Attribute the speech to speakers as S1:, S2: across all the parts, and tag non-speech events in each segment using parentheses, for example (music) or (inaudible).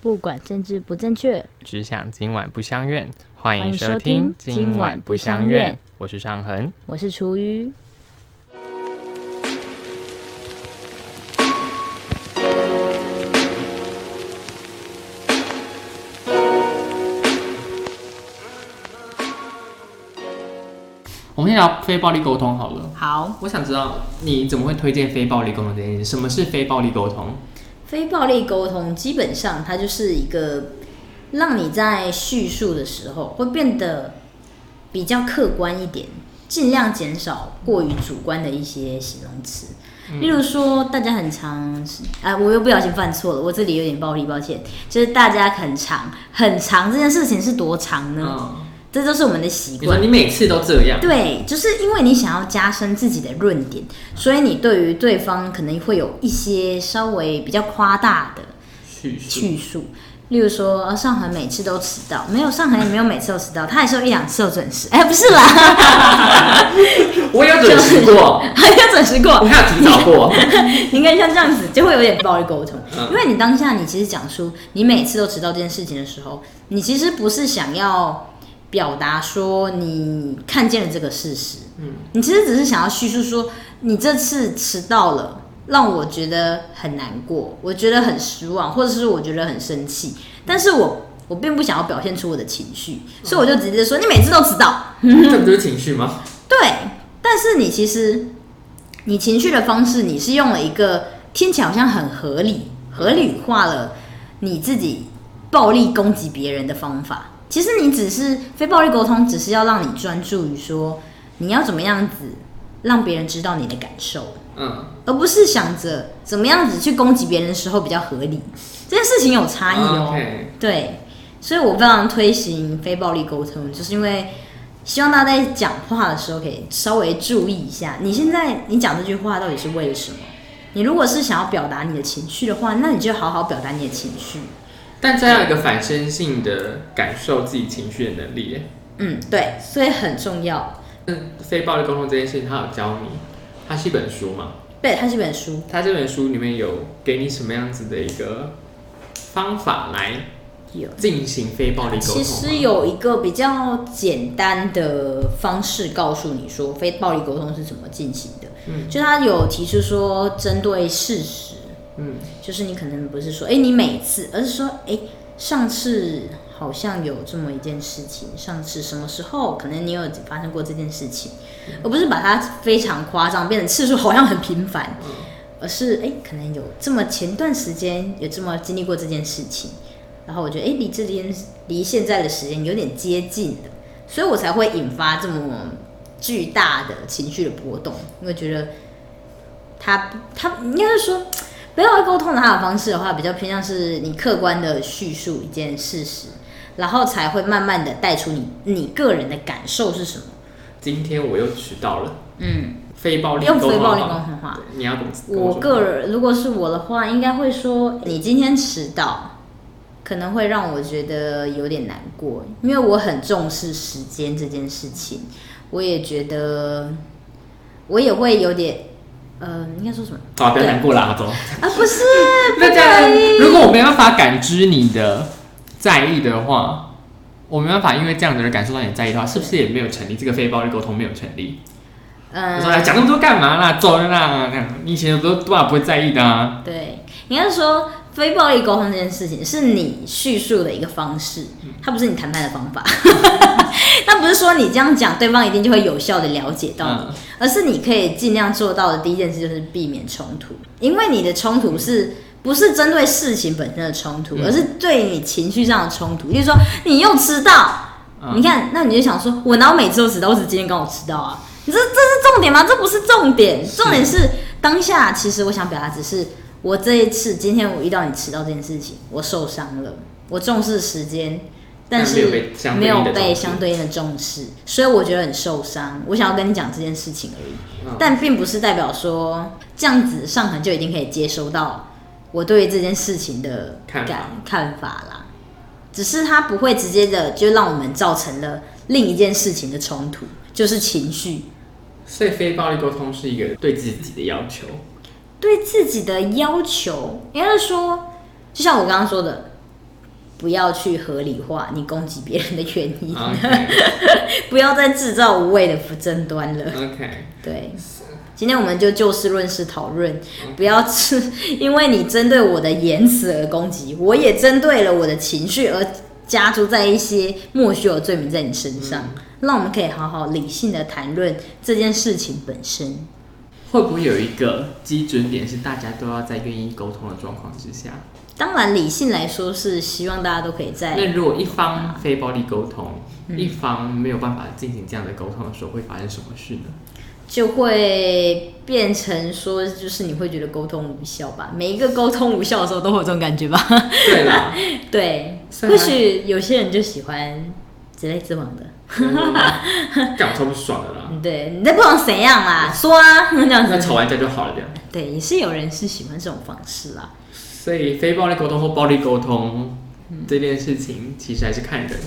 S1: 不管政治不正确。
S2: 只想今晚不相怨，
S1: 欢
S2: 欢迎
S1: 迎
S2: 收
S1: 收
S2: 听
S1: 听今晚不相怨，
S2: 我是尚恒。
S1: 我是厨余，
S2: 我们先聊非暴力沟通好了。
S1: 好，
S2: 我想知道你怎么会推荐非暴力沟通这件事？什么是非暴力沟通？
S1: 非暴力沟通基本上它就是一个让你在叙述的时候会变得比较客观一点，尽量减少过于主观的一些形容词。例如说，大家很常，哎、我又不小心犯错了，我这里有点暴力，抱歉。就是大家很长很长这件事情是多长呢？
S2: 嗯，
S1: 这都是我们的习
S2: 你说
S1: 惯。
S2: 你每次都这样，
S1: 对，就是因为你想要加深自己的论点，所以你对于对方可能会有一些稍微比较夸大的
S2: 叙述，
S1: 叙述，例如说，呃上恒每次都迟到，没有上恒也没有每次都迟到，他还是有一两次有准时。哎、不是啦， (laughs)
S2: 我有准时过，
S1: 还有准时
S2: 我
S1: 过。
S2: 还有提早过，
S1: (laughs) 你看像这样子，就会有点暴力沟通，
S2: 嗯
S1: 因为你当下你其实讲出你每次都迟到这件事情的时候，你其实不是想要表达说你看见了这个事实，嗯，你其实只是想要叙述说你这次迟到了。让我觉得很难过，我觉得很失望，或者是我觉得很生气，但是我我并不想要表现出我的情绪，所以我就直接说你每次都迟到，
S2: 这不就是情绪吗？
S1: 对，但是你其实你情绪的方式，你是用了一个听起来好像很合理、合理化了你自己暴力攻击别人的方法。其实你只是非暴力沟通，只是要让你专注于说你要怎么样子让别人知道你的感受，
S2: 嗯，
S1: 而不是想着怎么样子去攻击别人的时候比较合理。这件事情有差异哦。
S2: 啊 OK，
S1: 对，所以我非常推行非暴力沟通，就是因为希望大家在讲话的时候可以稍微注意一下，你现在你讲这句话到底是为了什么？你如果是想要表达你的情绪的话，那你就好好表达你的情绪。
S2: 但这样一个反身性的感受自己情绪的能力耶，
S1: 嗯，对，所以很重要。
S2: 非暴力沟通这件事情，他有教你，它是一本书嘛？
S1: 对，它是一本书。
S2: 它这本书里面有给你什么样子的一个方法来
S1: 有，
S2: 进行非暴力沟通吗？
S1: 其实有一个比较简单的方式告诉你说非暴力沟通是怎么进行的。
S2: 嗯
S1: 就他有提出说针对事实，
S2: 嗯，
S1: 就是你可能不是说，哎、你每次，而是说，哎、上次好像有这么一件事情，上次什么时候，可能你有发生过这件事情，而不是把它非常夸张，变成次数好像很频繁，而是哎、诶可能有这么前段时间有这么经历过这件事情，然后我觉得，哎、离这件离现在的时间有点接近了，所以我才会引发这么巨大的情绪的波动，因为觉得他他应该是说。不要啊沟通的他的方式的话，比较偏向是你客观的叙述一件事实，然后才会慢慢的带出你你个人的感受是什么。
S2: 今天我又迟到了，
S1: 嗯，
S2: 非暴力沟
S1: 用
S2: 通
S1: 非
S2: 的
S1: 暴力沟
S2: 话
S1: 通话。
S2: 你要怎么？
S1: 我个人如果是我的话，应该会说你今天迟到，可能会让我觉得有点难过，因为我很重视时间这件事情，我也觉得我也会有点，呃，应该说什么
S2: 好，不要难过啦，阿忠。
S1: 啊？不是，不
S2: (laughs) 那这样
S1: 可以，
S2: 如果我没办法感知你的在意的话，我没办法因为这样的人感受到你的在意的话，是不是也没有成立？这个非暴力沟通没有成立。
S1: 嗯
S2: 我说哎讲那么多干嘛啦？走了啦，那样你以前都多少不会在意的啊。
S1: 对，应该是说非暴力沟通这件事情是你叙述的一个方式，它不是你谈判的方法。 (laughs) 它不是说你这样讲，对方一定就会有效的了解到你，
S2: 嗯
S1: 而是你可以尽量做到的第一件事就是避免冲突，因为你的冲突是。不是针对事情本身的冲突，
S2: 嗯
S1: 而是对你情绪上的冲突。就是说，你又迟到，
S2: 嗯
S1: 你看，那你就想说，我哪有每次都迟到，我只今天刚好迟到啊？你这这是重点吗？这不是重点，重点是当下。其实我想表达只是，我这一次今天我遇到你迟到这件事情，我受伤了，我重视时间，但
S2: 没
S1: 是
S2: 有被相
S1: 没
S2: 对应
S1: 有
S2: 的
S1: 被
S2: 重视
S1: 相对应的重视，所以我觉得很受伤。我想要跟你讲这件事情而已，
S2: 嗯
S1: 但并不是代表说这样子上痕就已经可以接收到我对于这件事情的
S2: 看法
S1: 感看法啦。只是它不会直接的就让我们造成了另一件事情的冲突，就是情绪
S2: 所以非暴力沟通是一个对自己的要求。
S1: 对自己的要求。应该是说，就像我刚刚说的，不要去合理化你攻击别人的原因，
S2: 啊 OK
S1: (laughs) 不要再制造无谓的不争端了。
S2: OK，
S1: 对，今天我们就就事论事讨论，不要吃，因为你针对我的言辞而攻击，我也针对了我的情绪而加诸在一些莫须有罪名在你身上，让我们可以好好理性的谈论这件事情本身。
S2: 会不会有一个基准点是大家都要在愿意沟通的状况之下？
S1: 当然，理性来说是希望大家都可以在
S2: 那如果一方非暴力沟通，一方没有办法进行这样的沟通的时候，会发生什么事呢？
S1: 就会变成说，就是你会觉得沟通无效吧？每一个沟通无效的时候都会有这种感觉吧？
S2: 对啦，
S1: 对，
S2: 是啊
S1: 或许有些人就喜欢直来直往的。
S2: 干嗯我超不爽的啦。
S1: 对，你在不爽谁样啦？说啊，这样
S2: 那
S1: 子。
S2: 吵完架就好了，这样。
S1: 对，也是有人是喜欢这种方式啦。
S2: 所以非暴力沟通或暴力沟通这件事情，其实还是看人。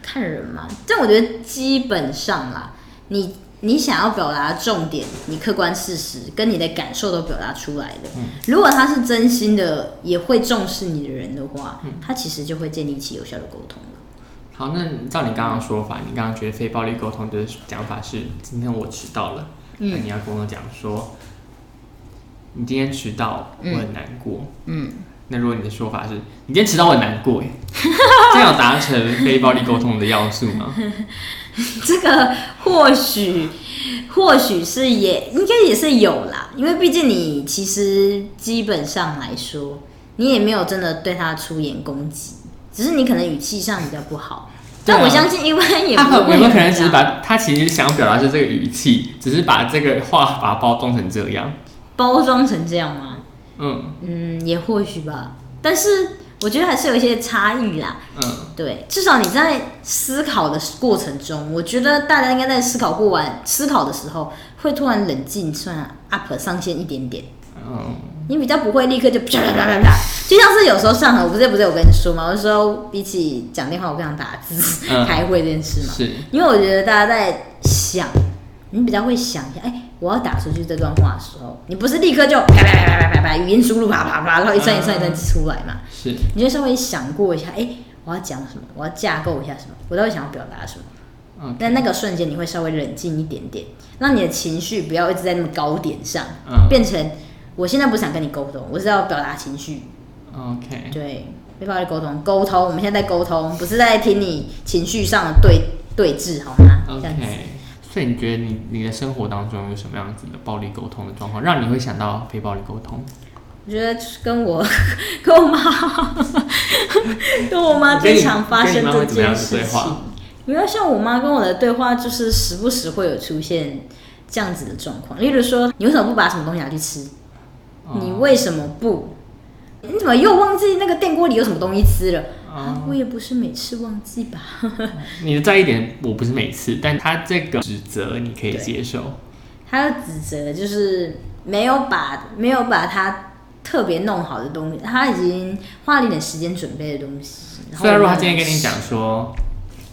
S1: 看人嘛，但我觉得基本上啦，你你想要表达的重点，你客观事实跟你的感受都表达出来的。如果他是真心的，也会重视你的人的话，他其实就会建立起有效的沟通了。
S2: 好，那照你刚刚说法，你刚刚觉得非暴力沟通的讲法是，今天我迟到了，那
S1: 嗯
S2: 你要跟我讲说，你今天迟到，我很难过。
S1: 嗯，
S2: 那如果你的说法是，你今天迟到，我很难过，哎，这样有达成非暴力沟通的要素吗？
S1: (laughs) 这个或许或许是也应该也是有啦，因为毕竟你其实基本上来说，你也没有真的对他出言攻击，只是你可能语气上比较不好。
S2: 对啊
S1: 但我相信一 (laughs) 般也
S2: 他
S1: 不会
S2: 可
S1: 啊
S2: 有没有可能只是
S1: 这样
S2: 把他其实想表达是这个语气，只是把这个话把它包装成这样？
S1: 包装成这样吗？
S2: 嗯
S1: 嗯，也或许吧。但是我觉得还是有一些差异啦。
S2: 嗯，
S1: 对，至少你在思考的过程中，我觉得大家应该在思考过完思考的时候，会突然冷静，突然 up 上线一点点。
S2: 嗯，
S1: 你比较不会立刻就啪啪啪啪啪，就像是有时候上海，我不是不是有跟你说嘛，我就说比起讲电话，我更想打字、
S2: 嗯
S1: 开会这件事嘛，
S2: 是，
S1: 因为我觉得大家在想，你比较会想一下，哎、我要打出去这段话的时候，你不是立刻就啪啪啪啪啪啪啪语音输入啪啪啪，然后一串一串一串出来嘛，
S2: 是，
S1: 你就稍微想过一下，哎、我要讲什么，我要架构一下什么，我到底想要表达什么。
S2: 嗯
S1: 但那个瞬间你会稍微冷静一点点，让你的情绪不要一直在那么高点上，
S2: 嗯
S1: 变成我现在不想跟你沟通，我是要表达情绪。
S2: ，OK，
S1: 对，没办法沟通，沟通，我们现在在沟通，不是在听你情绪上的对对峙，好吗？这样子。
S2: OK，所以你觉得你你的生活当中有什么样子的暴力沟通的状况，让你会想到非暴力沟通？
S1: 我觉得就是跟我 (laughs) 跟我妈跟我妈最常发生这件事
S2: 跟你妈会怎么样子对话
S1: 情。因为像我妈跟我的对话，就是时不时会有出现这样子的状况，例如说，你为什么不把什么东西拿去吃？
S2: 嗯
S1: 你
S2: 哦
S1: 为什么不？你怎么又忘记那个电锅里有什么东西吃了？
S2: 哦
S1: 啊，我也不是每次忘记吧。
S2: 你的在意点，我不是每次，但他这个指责你可以接受。
S1: 嗯他的指责就是没有把没有把他特别弄好的东西，他已经花了一点时间准备的东西。然后
S2: 虽然如果他今天跟你讲说，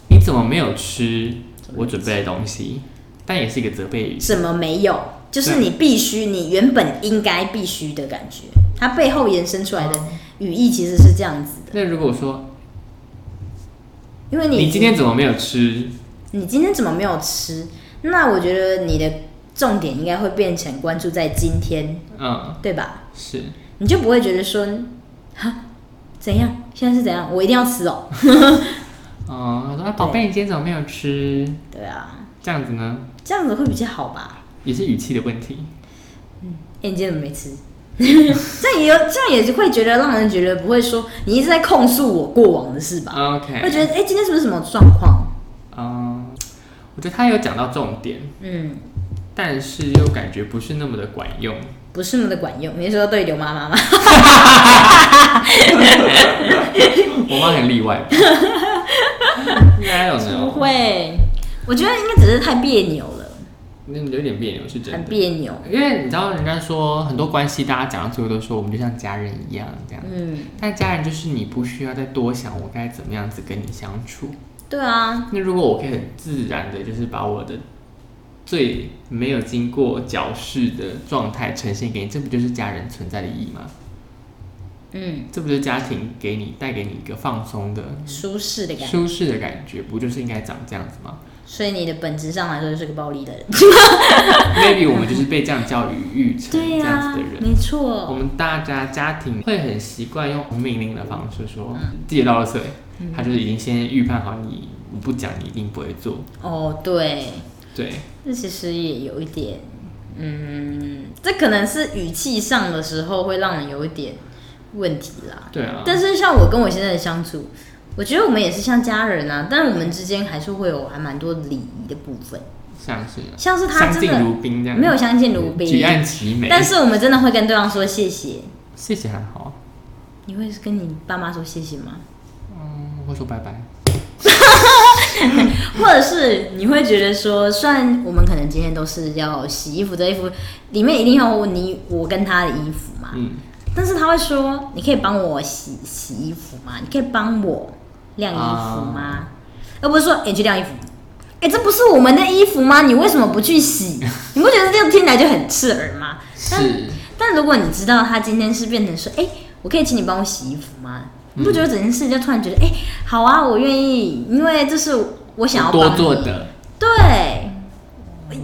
S2: 你怎么没有吃我准备的东西，但也是一个责备语。
S1: 什么没有，就是
S2: 对
S1: 你必须你原本应该必须的感觉，它背后延伸出来
S2: 哦
S1: 的语义其实是这样子的，
S2: 那如果说
S1: 因为
S2: 你今天怎么没有吃，
S1: 你今天怎么没有吃？那我觉得你的重点应该会变成关注在今天，
S2: 嗯，
S1: 对吧？
S2: 是
S1: 你就不会觉得说，哈，怎样？现在是怎样？我一定要吃哦。 (laughs)
S2: 嗯，他说啊宝贝，你今天怎么没有吃？
S1: 对啊，
S2: 这样子呢，
S1: 这样子会比较好吧？
S2: 也是语气的问题。
S1: 哎、你今天怎么没吃？ (laughs) 这样也有，这样也会觉得让人觉得不会说你一直在控诉我过往的事吧？会
S2: OK，
S1: 觉得哎、今天是不是什么状况？
S2: 嗯，我觉得他有讲到重点，
S1: 嗯，
S2: 但是又感觉不是那么的管用。
S1: 不是那么的管用。你是说对刘妈妈吗？
S2: 我妈很例外吧， (laughs) 应该有没
S1: 不
S2: 有？
S1: 会，我觉得应该只是太别扭了，
S2: 那有点别扭是真
S1: 很
S2: 的，
S1: 别扭。
S2: 因为你知道人家说很多关系，大家讲到最后都说我们就像家人一样这样，
S1: 嗯，
S2: 但家人就是你不需要再多想我该怎么样子跟你相处。
S1: 对啊，
S2: 那如果我可以很自然的，就是把我的最没有经过矫饰的状态呈现给你，这不就是家人存在的意义吗？
S1: 嗯，
S2: 这不是家庭给你带给你一个放松的、
S1: 舒适的感觉。
S2: 舒适的感觉，不就是应该长这样子吗
S1: 所以你的本质上来说就是个暴力
S2: (laughs)
S1: 的人。
S2: ？Maybe 我们就是被这样教育育成
S1: 对
S2: 这
S1: 呀、
S2: 样子的人。
S1: 没
S2: 我
S1: 错。
S2: 们大家家庭会很习惯用命令的方式说，
S1: 嗯
S2: 自己到了岁，他就是已经先预判好你，我不讲你一定不会做。
S1: 哦，对，
S2: 对，
S1: 这其实也有一点，嗯，这可能是语气上的时候会让人有一点问题啦。
S2: 对啊。
S1: 但是像我跟我先生的相处，我觉得我们也是像家人啊，但我们之间还是会有还蛮多礼仪的部分，
S2: 像是
S1: 像是他
S2: 相
S1: 真
S2: 敬
S1: 的
S2: 如宾这样，
S1: 没有相敬如
S2: 举
S1: 宾，
S2: 案齐眉。
S1: 但是我们真的会跟对方说谢谢。
S2: 谢谢还好，
S1: 你会跟你爸妈说谢谢吗？
S2: 嗯，我会说拜拜。
S1: 啊或者是你会觉得说，虽然我们可能今天都是要洗衣服，这衣服里面一定有你我跟他的衣服嘛，
S2: 嗯，
S1: 但是他会说，你可以帮我洗洗衣服吗？你可以帮我晾衣服吗？而不是说，哎、你去晾衣服。哎、这不是我们的衣服吗？你为什么不去洗？你不觉得这样听起来就很刺耳吗？
S2: 是
S1: 但如果你知道他今天是变成说，哎、我可以请你帮我洗衣服吗？
S2: 嗯
S1: 你不觉得整件事就突然觉得，哎、好啊，我愿意，因为这是我想要
S2: 多
S1: 帮你
S2: 做。的，
S1: 对，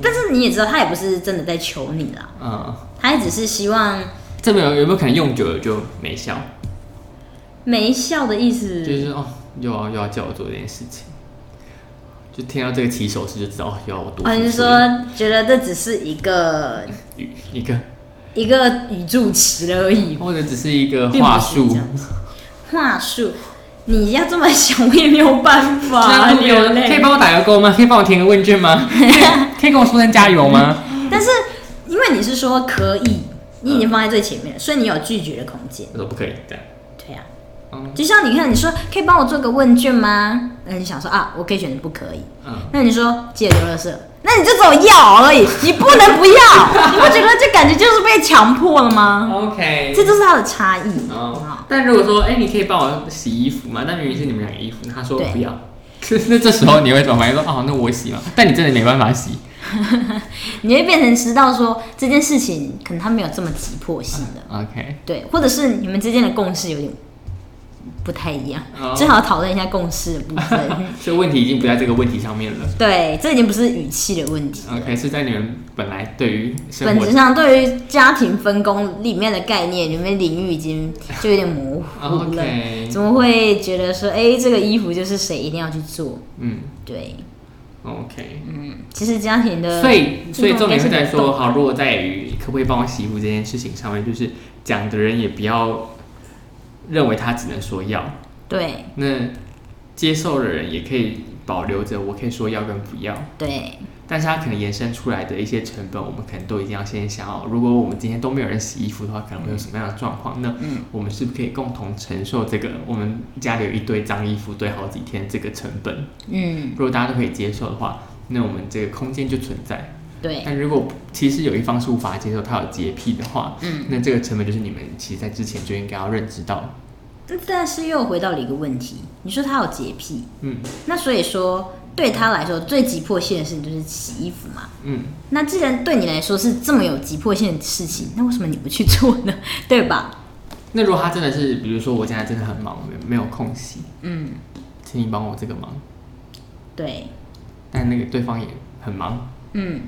S1: 但是你也知道，他也不是真的在求你啦，
S2: 嗯，
S1: 他也只是希望
S2: 这没有有没有可能用久了就没效？
S1: 没笑的意思。
S2: 就是哦，又要又要叫我做这件事情，就听到这个起手式就知道哦，又要我多
S1: 哦，
S2: 付
S1: 你是
S2: 出
S1: 说觉得这只是一个
S2: 一一个，
S1: 一个语助词而已，
S2: 或者只是一个
S1: 并不
S2: 话
S1: 是这
S2: 术，
S1: 样
S2: (laughs)
S1: 子话术，你要这么 (laughs) 想，我也没有办法，
S2: 这样
S1: 流
S2: 子可以
S1: 泪。
S2: 帮我打个勾吗？可以帮我填个问卷吗？可以可以跟我说声加油吗？
S1: 但是因为你是说可以，你已经放在最前面了，所以你有拒绝的空间。
S2: 我说不可以
S1: (laughs)
S2: 这样，
S1: 对呀、
S2: 嗯
S1: 就像你看，你说可以帮我做个问卷吗？那你想说啊，我可以选择不可以。
S2: 嗯，
S1: 那你说借留垃圾，那你就只有要而已，你不能不要，你不觉得这感觉就是被强迫了吗？
S2: OK，
S1: 这就是它的差异。嗯
S2: 哦，但如果说，哎、你可以帮我洗衣服吗？那明明是你们俩衣服，他说
S1: 对
S2: 不要， (laughs) 那这时候你会怎么反应？说，哦，那我洗嘛。但你真的没办法洗，
S1: 你会变成知道说这件事情可能他没有这么急迫性的，
S2: OK，
S1: 对，或者是你们之间的共识有点不太一样，
S2: 哦
S1: 最好讨论一下共识的部分。
S2: 所以问题已经不在 (laughs) 这个问题上面了。
S1: 对，这已经不是语气的问题了。
S2: OK，是在你们本来对于生
S1: 本
S2: 活
S1: 质上，对于家庭分工里面的概念，里面领域已经就有点模糊了。
S2: 哦啊 OK，
S1: 怎么会觉得说，哎、这个衣服就是谁一定要去做？
S2: 嗯
S1: 对，
S2: ，OK，
S1: 嗯，其实家庭的，
S2: 所以所以重点是在
S1: 运动应该是
S2: 说，好，落在于可不可以帮我洗衣服这件事情上面，就是讲的人也不要认为他只能说要，
S1: 对
S2: 那接受的人也可以保留着，我可以说要跟不要。
S1: 对，
S2: 但是它可能延伸出来的一些成本，我们可能都一定要先想好。如果我们今天都没有人洗衣服的话，可能会有什么样的状况？那
S1: 嗯
S2: 我们是不是可以共同承受这个我们家里有一堆脏衣服堆好几天这个成本？
S1: 嗯
S2: 如果大家都可以接受的话，那我们这个空间就存在。
S1: 对，
S2: 但如果其实有一方是无法接受，他有洁癖的话，
S1: 嗯，
S2: 那这个成本就是你们其实在之前就应该要认知到。
S1: 但是又回到了一个问题，你说他有洁癖，
S2: 嗯
S1: 那所以说对他来说最急迫性的事情就是洗衣服嘛。
S2: 嗯，
S1: 那既然对你来说是这么有急迫性的事情，那为什么你不去做呢？ (laughs) 对吧？
S2: 那如果他真的是，比如说我现在真的很忙，没没有空洗，
S1: 嗯，
S2: 请你帮我这个忙，
S1: 对，
S2: 但那个对方也很忙。
S1: 嗯，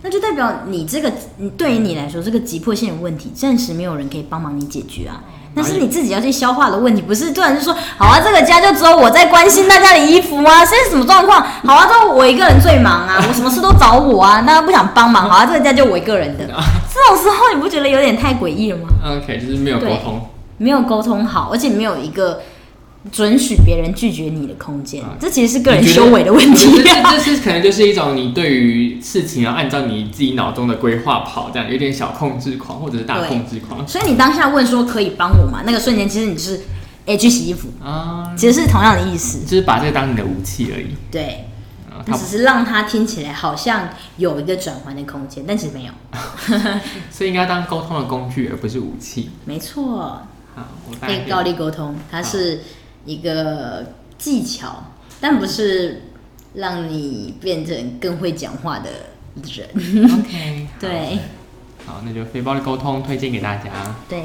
S1: 那就代表你这个，你对于你来说，这个急迫性的问题，暂时没有人可以帮忙你解决
S2: 哦
S1: 啊。那是你自己要去消化的问题，不是突然就说，好啊，这个家就只有我在关心大家的衣服啊，现在什么状况？好啊，都我一个人最忙
S2: (laughs)
S1: 啊，我什么事都找我啊，大家不想帮忙，好啊，这个家就我一个人
S2: (laughs)
S1: 的。这种时候你不觉得有点太诡异了吗？
S2: OK，就是没有沟通。
S1: 没有沟通好，而且没有一个准许别人拒绝你的空间
S2: 啊，
S1: 这其实是个人
S2: 你觉得
S1: 修为的问
S2: 我觉
S1: 题啊
S2: 得。这这是可能就是一种你对于事情要按照你自己脑中的规划跑，这样有点小控制狂或者是大
S1: 对
S2: 控制狂
S1: 所以你当下问说可以帮我吗？那个瞬间，其实你就是哎、去洗衣服，
S2: 啊，
S1: 其实是同样的意思。
S2: 就是把这个当你的武器而已。
S1: 对，
S2: 啊，
S1: 那
S2: 他
S1: 只是让它听起来好像有一个转换的空间，但其实
S2: (laughs)
S1: 没有。
S2: 所以应该当沟通的工具，而不是武器。
S1: 没错，
S2: 好，我
S1: 可
S2: 大概
S1: 以
S2: 可以
S1: 暴力沟通，它是一个技巧，但不是让你变成更会讲话的人。
S2: OK，
S1: (laughs) 对
S2: 好，那就非暴力沟通推荐给大家。
S1: 对，